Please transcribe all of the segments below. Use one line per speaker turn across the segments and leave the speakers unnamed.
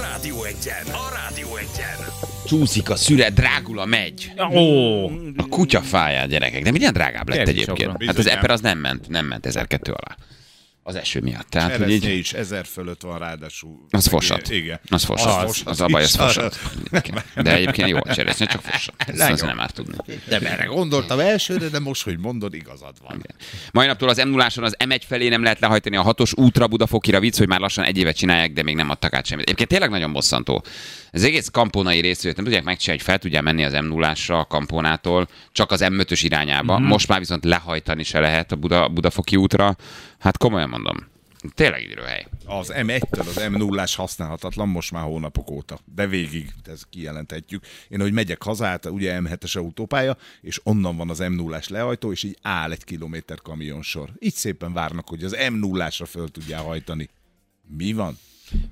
Rádió egyen, a Rádió egyen. Csúszik a szüre, drágul a megy.
Ó,
Mm,
A kutya fájá, gyerekek. De minden drágább lett
Elég
egyébként.
sokra.
Hát az
Bizonyám.
Eper az nem ment, nem ment 1002 alá. Az eső miatt. Tehát, hát, hogy
Eresznyé
így,
is ezer fölött van ráadásul.
az fosat.
Igen.
Az fosat. Az, az, a baj, az
is.
fosat. De egyébként jó a cseresznye, csak fosat. Ezt, ezt
Legjobb.
nem árt tudni.
Nem erre gondoltam elsőre, de most, hogy mondod, igazad van.
Mai naptól az m 0 az M1 felé nem lehet lehajtani a hatos útra Budafokira vicc, hogy már lassan egy évet csinálják, de még nem adtak át semmit. Egyébként tényleg nagyon bosszantó. Ez egész kampónai részét nem tudják megcsinálni, hogy fel tudják menni az m 0 a kampónától, csak az M5-ös irányába. Mm-hmm. Most már viszont lehajtani se lehet a Buda, Budafoki útra. Hát komolyan mondom. Tényleg időhely.
Az M1-től az m 0 használhatatlan most már hónapok óta, de végig, ezt kijelenthetjük. Én, hogy megyek haza, hát ugye M7-es autópálya, és onnan van az m 0 lehajtó, és így áll egy kilométer kamionsor. Így szépen várnak, hogy az m 0 föl tudják hajtani. Mi van?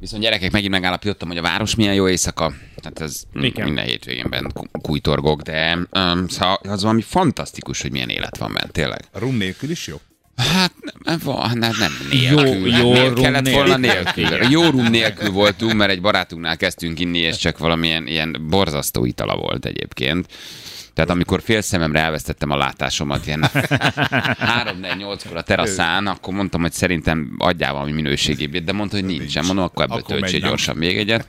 Viszont gyerekek, megint megállapítottam, hogy a város milyen jó éjszaka. Hát ez
Igen.
minden hétvégén bent ku- kujtorgok, de um, szóval az valami fantasztikus, hogy milyen élet van bent, tényleg.
A rum nélkül is jó?
Hát nem, van, hát nem nélkül.
jó
hát, miért
rum
kellett volna
nélkül.
nélkül. Jó rum nélkül voltunk, mert egy barátunknál kezdtünk inni, és csak valamilyen ilyen borzasztó itala volt egyébként. Tehát amikor fél szememre elvesztettem a látásomat ilyen 3 4 8 kor a teraszán, akkor mondtam, hogy szerintem adjál valami minőségébét, de mondta, hogy nincsen. Mondom, akkor ebből
Akkor
töltsél
megy, nem?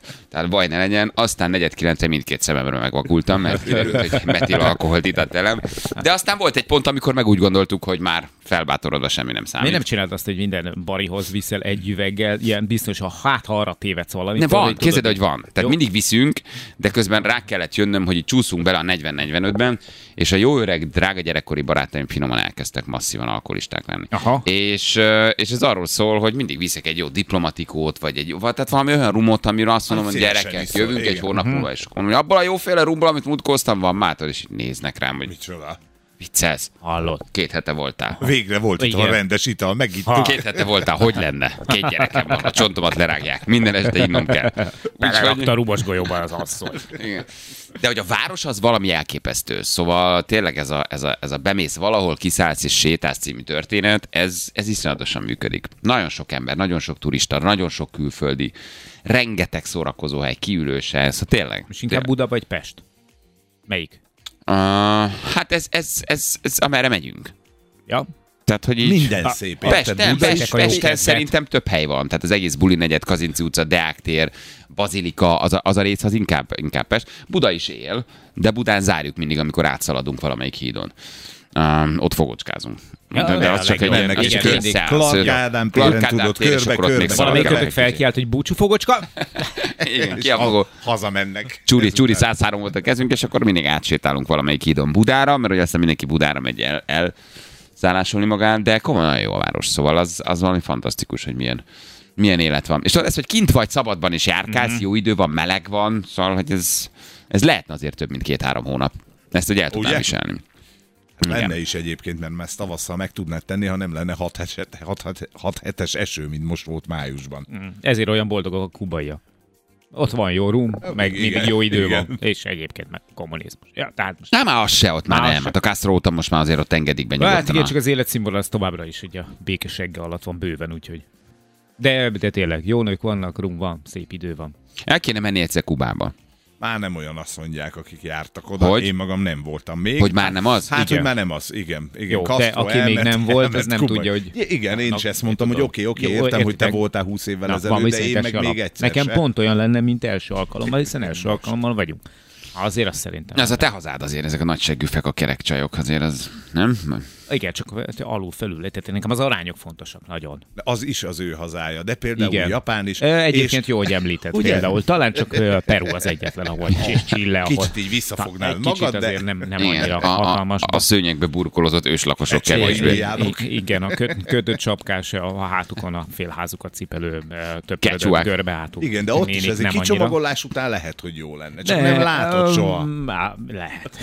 miért nem csinált azt, hogy minden barihoz viszel egy üveggel, ilyen biztos, ha hát ha arra tévedsz valamit.
nem,
akkor,
van,
hogy tudod,
képzeld, hogy van. Tehát
Jó.
mindig viszünk, de közben rá kellett jönnöm, hogy így csúszunk bele a 40-45-ben, és a jó öreg, drága gyerekkori barátaim finoman elkezdtek masszívan alkoholisták lenni.
Aha.
És, ö, és ez arról szól, hogy mindig viszek egy jó diplomatikót, vagy egy jó, vagy tehát valami olyan rumot, amiről azt mondom, hogy
Hát szívesen
gyerekek,
iszol,
jövünk egy
igen. Mhm.
hónap múlva, és akkor mondom, hogy abból a jóféle rumból, amit mutkoztam, van mától, és így néznek rám, hogy
Micsoda?
viccelsz,
Hallod.
két hete voltál.
Végre volt itt a
Igen.
rendes ital, megittük.
Két hete voltál, hogy lenne? Két gyerekem van, a csontomat lerágják. Minden este innom kell.
Belelakta a rubos golyóban az asszony.
Igen. De hogy a város az valami elképesztő. Szóval tényleg ez a, ez a, ez a bemész valahol, kiszállsz és sétálsz című történet, ez, ez iszonyatosan működik. Nagyon sok ember, nagyon sok turista, nagyon sok külföldi, rengeteg szórakozóhely, kiülőse, szóval tényleg.
És inkább Buda vagy Pest? Melyik?
Uh, hát ez, ez, ez, ez, amerre megyünk.
Ja,
Tehát, hogy így...
Minden szép. érted?
Pesten,
Buda is
Pest,
a jó
Pesten
kedved.
szerintem több hely van. Tehát az egész Buli negyed, Kazinci utca, Deák tér, Bazilika, az a, az a rész az inkább, inkább Pest. Buda is él, de Budán zárjuk mindig, amikor átszaladunk valamelyik hídon. Um, ott fogocskázunk.
Ja,
de, de
a
az csak egy
legjobb.
ilyen,
Mennek
az
is
csak
mindig.
egy száz-
Clark
szőr-
Ádám
Clark
téren
Ádám
tudod,
tér, és akkor ott
körbe-körbe
még
szaladgál.
szabad
valamelyikötök
kell egy kicsit.
felkiált, hogy búcsú fogocska?
Igen,
És
ki a maga-
ha- hazamennek.
Csúri,
Ez
Csúri
után.
103 volt a kezünk, és akkor mindig átsétálunk valamelyik hídon Budára, mert ugye aztán mindenki Budára megy el, el szállásolni magán, de komolyan jó a város, szóval az, az valami fantasztikus, hogy milyen, milyen élet van. És tudod, ez, hogy kint vagy, szabadban is járkálsz,
Mhm.
mm-hmm. jó idő van, meleg van, szóval, hogy ez, ez lehetne azért több, mint két-három hónap. Ezt ugye el tudnám
Ugye?
viselni.
Lenne is egyébként, mert ezt tavasszal meg tudnád tenni, ha nem lenne 6 hetes, hat het- hat hetes eső, mint most volt májusban.
Mm. Ezért olyan boldogok a kubaiak. Ott van jó rum, meg
igen,
mindig jó idő
igen.
van, és egyébként meg kommunizmus. Ja, tehát most
Na már az se, ott már
Már az
nem.
se.
Hát a Castro óta most már azért ott engedik be
Hát
nyugodtan.
igen,
a-
csak az életszínvonal az továbbra is ugye a békesegge alatt van bőven, úgyhogy. De, de tényleg, jó nők vannak, rum van, szép idő van.
El kéne menni egyszer Kubába.
Már nem olyan azt mondják, akik jártak oda.
Hogy?
Én magam nem voltam még.
Hogy már nem az?
Hát,
Igen.
hogy már nem az, igen. igen.
Jó, de aki még nem volt, az nem tudja, hogy-
Ja, igen, én
Na,
is ezt mondtam, hogy
tudom.
oké, oké,
Jó,
értem, hogy te
értitek.
voltál 20 évvel ezelőtt,
van
de én
viszonyítási
meg
alap.
még egyszer
Nekem
se.
pont olyan lenne, mint első alkalommal, hiszen első alkalommal vagyunk. Azért azt szerintem.
Na, Az a te hazád azért, ezek a nagy seggűfek, a kerekcsajok azért az, nem?
Igen, csak alul felül tehát nekem az arányok fontosak nagyon.
De Az is az ő hazája, de például
Igen.
Japán is.
Ö, Egyébként
és
jó, hogy említett
Ugye?
például. Talán csak ö, Peru az egyetlen, ahol és Chile, ahol...
Kicsit így visszafognád
Ta- egy kicsit
magad, de-
azért nem, nem
Igen,
annyira
a, a,
hatalmas.
a szőnyegbe burkolozott őslakosok
Egy csillai
kevésbé.
milliárd.
I- Igen, a köt, kötött csapkás, a hátukon a félházukat cipelő ö, több
Kecsuák.
görbe hátuk.
Igen, de ott
Nénik
is ez egy
nem annyira.
kicsomagolás után lehet, hogy jó lenne. Csak nem látod
öm,
soha.
á, Lehet.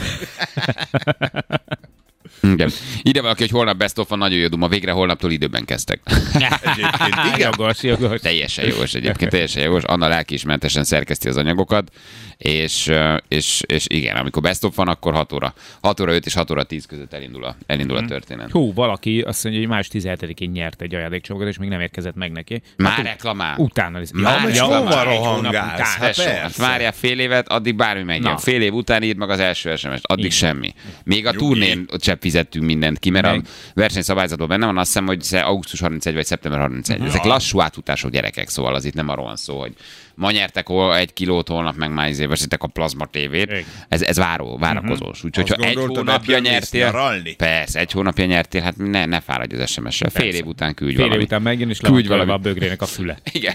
Igen. Ide valaki, hogy holnap best of van, nagyon jó duma. Végre holnaptól időben kezdtek. Hát
Egyébként igen.
Jogos, jogos.
teljesen jogos egyébként, teljesen jogos. Anna lelkiismeretesen szerkeszti az anyagokat, és, ö, és, és igen, amikor best of van, akkor 6 óra. 6 óra 5 és 6 óra 10 között elindul a, elindul
Mhm.
a történet.
Hú, valaki azt mondja, hogy más 17-én nyert egy ajándékcsomagot, és még nem érkezett meg neki.
Már
Hát,
reklamál.
Utána lesz.
Már most hova
egy hónap
rohangálsz?
után.
Hát
Tesó,
persze.
hát várjál fél évet, addig bármi megyen.
Na.
Fél év után írd meg az első SMS-t, addig
Így van.
semmi. Még a turnén ott sem fizettünk mindent ki, mert
Meg.
a versenyszabályzatban benne van, azt hiszem, hogy se augusztus 31 vagy szeptember 31. Ezek lassú átutások gyerekek, szóval az itt nem arról van szó, hogy ma nyertek hol egy kilót, holnap meg már izé veszítek a plazma tévét.
Igen. Mhm.
Ez, ez váró, várakozós. Úgyhogy
Azt
ha egy
gondoltad,
hónapja
ebből mész
nyertél,
nyaralni?
persze, egy hónapja nyertél, hát ne, ne fáradj az SMS-re. Fél
Persze.
év után küldj
Fél év
valamit.
után megjön, és
Küldj
levakolva a
valamit.
bögrének a füle.
Igen.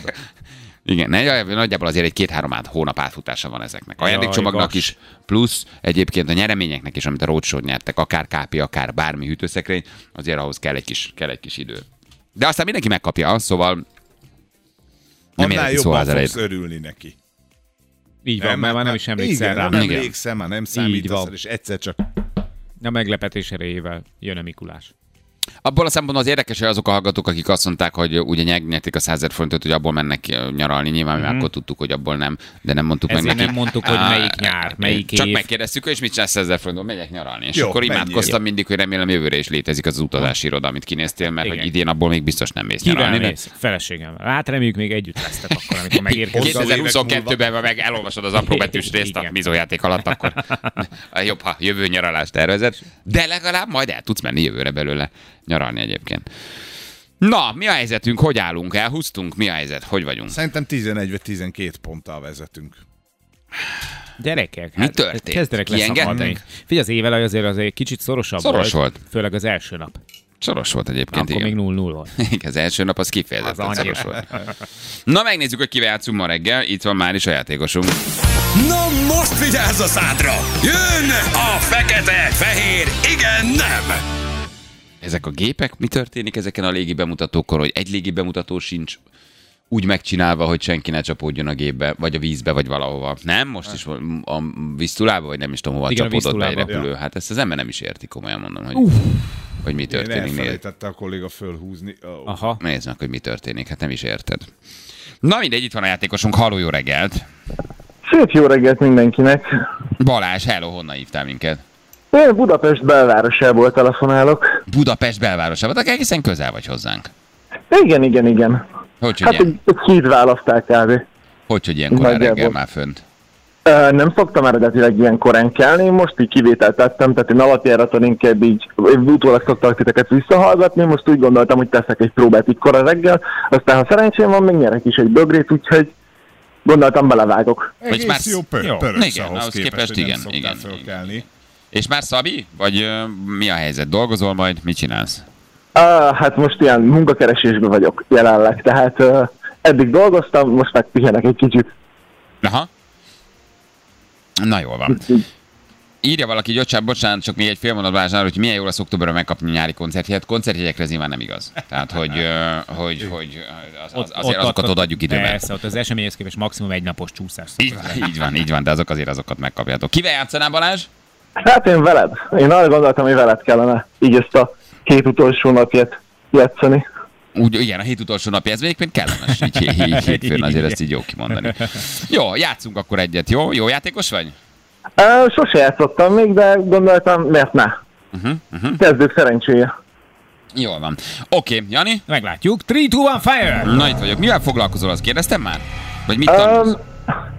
Igen, ne- nagyjából azért egy két-három át, hónap átfutása van ezeknek. Ajándékcsomagnak
Jaj, vas.
is, plusz egyébként a nyereményeknek is, amit a roadshow nyertek, akár kápi, akár bármi hűtőszekrény, azért ahhoz kell egy kis, kell egy kis idő. De aztán mindenki megkapja, szóval nem
Annál
érlek szó
jobban
az
fogsz
elejét.
örülni neki.
Így van, mert már nem is emlékszel
igen,
rá.
Nem
Igen.
emlékszem, már nem számítasz,
van.
rá, és egyszer csak
A meglepetés erejével jön a Mikulás.
Abból a szempontból az érdekes, hogy azok a hallgatók, akik azt mondták, hogy ugye nyerték a 100 ezer forintot, hogy abból mennek ki nyaralni, nyilván mi már akkor tudtuk, hogy abból nem, de nem mondtuk meg
Mhm. Ezért
nekik.
nem mondtuk, hogy
Á,
melyik nyár, melyik
Csak
év.
megkérdeztük, és mit csinálsz ezzel forintot, megyek nyaralni. És Jó,
Jó,
akkor
menjél.
imádkoztam mindig, hogy remélem jövőre is létezik az, az utazási iroda, amit kinéztél, mert hogy
Igen.
idén abból még biztos nem mész nyaralni.
Kivel
de-
mész? Feleségem. Hát reméljük még együtt lesztek akkor, amikor megérkezik.
Hozzá- évek
2022-ben, ha meg elolvasod az apró betűs részt a
Igen.
bizójáték alatt, akkor jobb, ha jövő nyaralást tervezed. De legalább majd el tudsz menni jövőre belőle nyaralni egyébként. Na, mi a helyzetünk? Hogy állunk? Elhúztunk? Mi a helyzet? Hogy vagyunk?
szerintem 11 vagy 12 ponttal vezetünk.
Gyerekek, hát
Mi történt?
Kezdenek leszakadni.
Kiengedtek?
Figyelj, az évelej azért azért kicsit szorosabb
Szoros volt.
Főleg az első nap.
Soros volt egyébként,
Akkor
igen.
még 0-0 volt.
Igen, Az első nap az kifejezetten
Az annyi.
szoros volt. Na, megnézzük, hogy kivel játszunk ma reggel. Itt van már is a játékosunk.
Na most vigyázz a szádra! Jön a fekete, fehér, igen, nem!
Ezek a gépek, mi történik ezeken a légi bemutatókon, hogy egy légi bemutató sincs úgy megcsinálva, hogy senki ne csapódjon a gépbe, vagy a vízbe, vagy valahova. Nem? Most is a visztulába, vagy nem is tudom, hova
Igen, a
csapódott be egy
Visztulába.
repülő. Hát ezt az ember nem is érti, komolyan mondom, hogy, hogy mi
Én
történik. Nézd-
elfelejtette a kolléga fölhúzni. Ó,
Aha.
Nézd meg, hogy mi történik, hát nem is érted. Na mindegy, itt van a játékosunk, halló, jó reggelt!
Szép jó reggelt mindenkinek!
Balázs, hello, honnan hívtál minket?
Én Budapest belvárosából telefonálok.
Budapest belvárosába, de egészen közel vagy hozzánk.
Igen, igen, igen.
Hogy, hogy,
Hát
ilyen,
egy, egy híd választál kávé.
hogy, hogy ilyen korán
nagyjából.
reggel már fönt?
Ö, Nem szoktam eredetileg ilyen korán kelni, én most így kivételt tettem, tehát én alapjáraton inkább így én utólag szoktak titeket visszahallgatni, most úgy gondoltam, hogy teszek egy próbát így kora reggel, aztán ha szerencsém van, még nyerek is egy bögrét, úgyhogy gondoltam belevágok.
Egész
már-
jó pör,
Jó.
pöröksz
Igen,
ahhoz
ahhoz
képest,
képest
hogy nem
igen,
szoktál
igen,
fölkelni.
És már Szabi? Vagy ö, mi a helyzet? Dolgozol majd? Mit csinálsz?
Á, hát most ilyen munkakeresésben vagyok jelenleg, tehát ö, eddig dolgoztam, most meg pihenek egy kicsit.
Aha. Na jól van. Írja valaki, gyorsán, bocsánat, csak még egy fél mondat Balázsnál, hogy milyen jól lesz októberben megkapni nyári koncertjegyet. Koncertjegyekre ez nyilván nem igaz. Tehát, hogy, ö, hogy, hogy az, az, azért azokat odaadjuk időben.
Persze, ott az eseményhez képest maximum egy napos csúszás szokott
Így van, így van, így van, de azok azért azokat megkapjátok. Kivel játszanál Balázs?
Hát én veled. Én arra gondoltam, hogy veled kellene így ezt a két utolsó napját játszani.
Úgy, igen, a hét utolsó napja, ez egyébként kellemes, így, így, így hétfőn azért ezt így jó kimondani. Jó, játszunk akkor egyet, jó? Jó játékos vagy?
Ö, Sose játszottam még, de gondoltam, miért ne? Uh-huh, uh-huh. Kezdők szerencséje.
Jól van. Oké, Jani?
Meglátjuk. 3, 2, 1, fire!
Na itt vagyok. Mivel foglalkozol, azt kérdeztem már? Vagy mit tanulsz?
Um,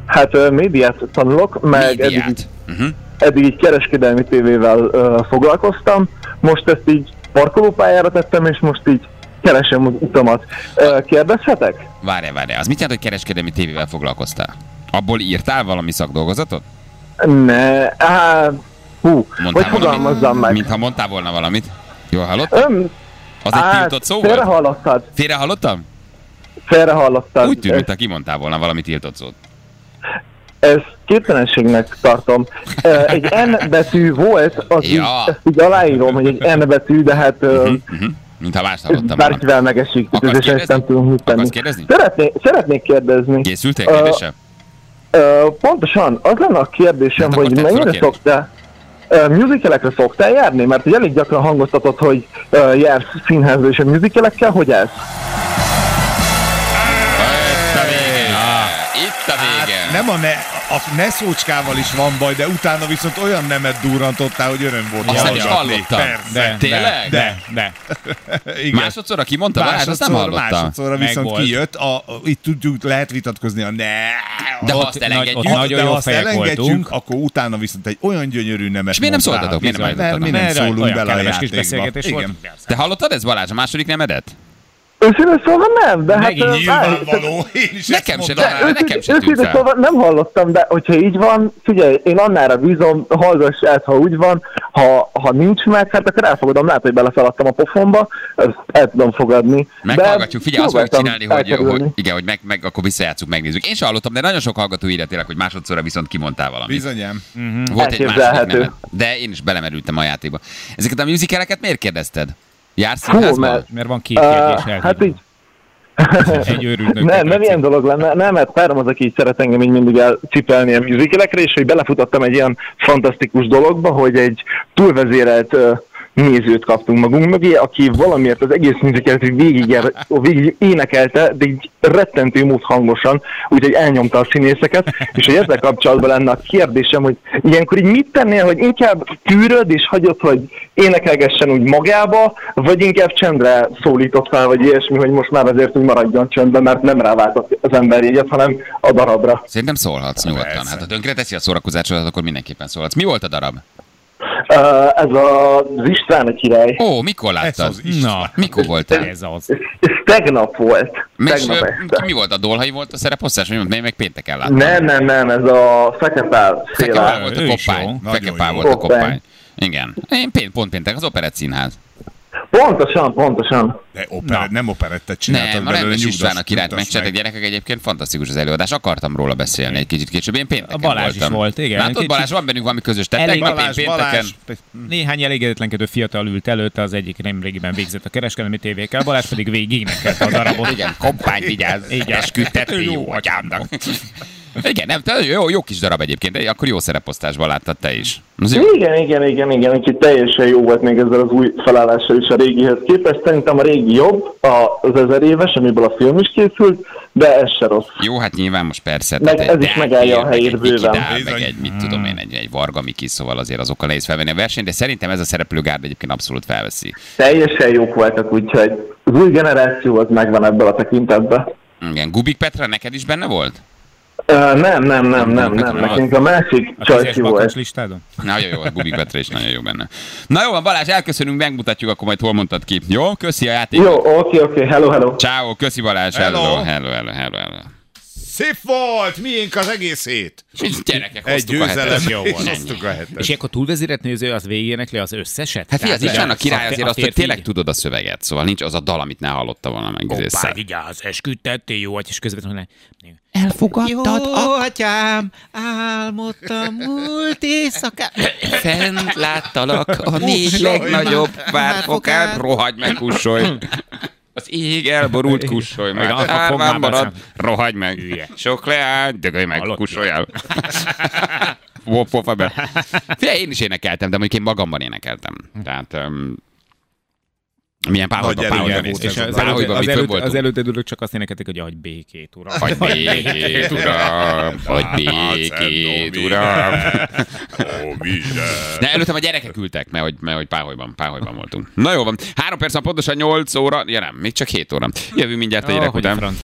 hát ö, médiát tanulok, meg eddig, így-
Médiát. Uh-huh.
eddig így kereskedelmi tévével ö, foglalkoztam. Most ezt így parkolópályára tettem, és most így keresem az utamat. Ö, kérdezhetek?
Várjál, várjál. Az mit jelent, hogy kereskedelmi tévével foglalkoztál? Abból írtál valami szakdolgozatot?
Ne, á, hú, hogy
Mondtál
fogalmazzam meg.
Mintha mondtál volna valamit. Jól hallott?
Öm,
Az egy
hát,
tiltott szó volt?
félrehallottad,
Félre hallottam?
félrehallottad.
Úgy tűnt,
Ez-
mintha kimondtál volna valami tiltott szót.
Ez képtelenségnek tartom. Ö, Egy N betű volt, az
Ja.
így, ezt így aláírom, hogy egy N betű, de hát ö,
Uh-huh. Mintha más hallottam volna.
bárkivel megesik,
Akarsz
és ezt nem
kérdezni?
tudom mit tenni.
Akarsz kérdezni?
Szeretné, szeretnék kérdezni.
Készültél
Ö,
kérdése?
Ö, pontosan, az lenne a kérdésem,
Hát akkor
hogy
tedd fel a
mennyire
kérdést.
szoktál, Ö, Musicalekre szoktál járni? Mert így elég gyakran hangoztatod, hogy ö, jársz színházba és a musicalekkel, hogy ez?
Itt a vége. Itt a vége.
Nem a Hát ne, a ne szócskával is van baj, de utána viszont olyan nemet durrantottál, hogy öröm volt.
Azt nem is
hallgatni.
hallottam.
Persze.
Tényleg?
De,
De.
igen.
Másodszorra kimondta Balázs, azt nem hallottam.
másodszorra viszont
Megvolt.
kijött, a, a, itt tudjuk, lehet vitatkozni a ne.
De ha
ott-
azt
ott
elengedjük,
nagy- nagyon
de
jó
ha azt
fejek
elengedjük,
voltunk.
akkor utána viszont egy olyan gyönyörű nemet
És miért nem
mondtál,
szóltatok? Miért nem
bizony, mert
állítottatok?
mi nem
Mert
szólunk
olyan
bele a
kellemes kis
játékba.
beszélgetés
Igen.
volt.
te hallottad ez Balázs, a második nemedet?
Őszintén szólva nem, de hát...
Megint
ö, állj,
Nyilvánvaló, én is
Nekem
ezt
sem,
mondanám.
de-
Őszintén-
nekem se tűnt
őszintén
fel.
szóval nem hallottam, de hogyha így van, figyelj, én annára bízom, hallgass át, ha úgy van, ha, ha nincs meg, hát akkor elfogadom, látod, hogy beleszaladtam a pofonba, ezt el tudom fogadni. De
Meghallgatjuk, figyelj, azt fogjuk
próbáltam
csinálni, hogy, hogy,
elkerülni.
igen, hogy meg, meg, akkor visszajátszunk, megnézzük. Én sem hallottam, de nagyon sok hallgató írja tényleg, hogy másodszorra viszont kimondtál valamit.
Bizonyám.
Mm.
Volt egy második
Elképzelhető.
nemed. De én is belemerültem a játékba. Ezeket a musicaleket miért kérdezted? Jársz
Hú,
színházba?
mert-
Mert van két
Ö,
kérdés elhívva.
hát így,
Egy őrülnök.
nem, nem ilyen dolog lenne, nem, mert párom az, aki így szeret engem így mindig elcipelni a musicalekre, és hogy belefutottam egy ilyen fantasztikus dologba, hogy egy túlvezérelt ö, nézőt kaptunk magunk mögé, aki valamiért az egész musicalt így végig, jár- végig énekelte, de így rettentő mód hangosan, úgyhogy elnyomta a színészeket, és hogy ezzel kapcsolatban lenne a kérdésem, hogy ilyenkor így mit tennél, hogy inkább tűröd és hagyod, hogy énekelgessen úgy magába, vagy inkább csendre szólított fel, vagy ilyesmi, hogy most már azért úgy maradjon csöndben, mert nem ráváltott az ember jegyet, hanem a darabra.
Szerintem szólhatsz nyugodtan. Hát ha tönkre teszi a szórakozásodat, akkor mindenképpen szólhatsz. Mi volt a darab?
Ö, Ez az István a király.
Ó, mikor
Ez
láttad?
az Isten.
Na,
Mikor voltál?
ez az.
Ez, ez tegnap volt.
És,
tegnap
ö,
este.
mi volt a dolhai volt a szereposztás? Vagy Én meg pénteken láttam.
Nem, nem, nem, ez a Fekepál
Fekepál
széle.
volt
Ő
a
is jó.
koppány.
Nagyon
Fekepál
jó.
volt a
Koppány.
koppány. Igen. Én pént, pont péntek, az Operett Színház.
Pontosan, pontosan.
De operett, nem operettet
hát
csináltad
Nem, a
belőle,
rendes
nyugdass,
István a királyt
nyugdass
meccsetek
meg.
gyerekek egyébként fantasztikus az előadás. Akartam róla beszélni egy kicsit később. Én pénteken
A Balázs is
voltam.
volt, igen.
Látod,
Kicsit-
Balázs, van bennünk valami közös. Tehát
Elég-
tegnap én
Balázs,
pénteken... hm.
Balázs,
Néhány elégedetlenkedő fiatal ült előtte, az egyik nemrégiben végzett a kereskedelmi tévékkel, Balázs pedig végig énekelte a darabot.
Igen, kompány, vigyázz,
Igen.
esküdtetni jó atyámnak. Igen, nem, te- jó, jó kis darab egyébként, de akkor jó szereposztásban láttad te is. Az jó.
Igen, igen, igen, igen, úgyhogy teljesen jó volt még ezzel az új felállással is a régihez képest. Szerintem a régi jobb, a- az ezer éves, amiből a film is készült, de ez se rossz.
Jó, hát nyilván most persze.
Meg
tehát
ez
egy
is megállja
Dániel,
a
meg
helyét
egy
bőven.
Viki Dál, Meg
Bizony. Hmm.
egy, mit tudom én, egy, egy Varga Miki, szóval azért azokkal nehéz felvenni a versenyt, de szerintem ez a szereplőgárd egyébként abszolút felveszi.
Teljesen jók voltak, úgyhogy az új generáció az megvan ebből a tekintetben.
Igen, Gubik Petra neked is benne volt?
Ö, nem, nem, nem, nem, nem, nekünk a másik
A tízes
csajci
bakancs
volt.
listádon?
Nagyon jó, a Gubik Petra is nagyon jó benne. Na jó, van, Balázs, elköszönünk, megmutatjuk, akkor majd hol mondtad ki. Jó, köszi a játék.
Jó, oké, oké, hello, hello.
Ciao, köszi Balázs. Hello,
Hello.
hello, hello, hello. hello.
Szép volt, miénk az egész hét.
És Gyerekek,
Egy
hoztuk a
győzelem,
hetet.
jó
és
volt.
hoztuk a hetet.
És akkor túlvezérett néző az végének le az összeset?
Hát figyelj, az
Tehát
István a király
fe-
azért azt, hogy
férfi-
tényleg tudod a szöveget, szóval nincs az a dal, amit ne hallotta volna meg. az össze.
Hoppá, vigyázz, esküdtettél, jó, vagy és közben mondaná,
Fogadtad Jó, a... atyám, álmodtam múlt éjszakán.
Fent láttalak a négy legnagyobb párfokán, rohagy meg, kussolj. Az ég elborult, kussolj meg.
Meg alfa
Árván
fognál
marad,
beszem.
rohagy meg. Sok leány, dögölj meg,
Hallott?
kussolj el. Wop, wop, be. Figyelj, én is énekeltem, de mondjuk én magamban énekeltem. Tehát... öm, milyen páholyban,
Nagy erője
páholyban
volt
És
néztem.
az, előtt,
Páholyban mi
az,
föl
előtt, az
voltunk.
előtted ülök csak azt énekelték, hogy adj békét, uram.
Hagy békét, uram! Hagy békét, uram!
Ó, Isten.
De előttem a gyerekek ültek, mert hogy, mert hogy páholyban, páholyban voltunk. Na jó van, három perc van, pontosan 8 óra, ja nem, még csak 7 óra. Jövünk mindjárt a
Ah,
gyerek
hogy a
után.
franc.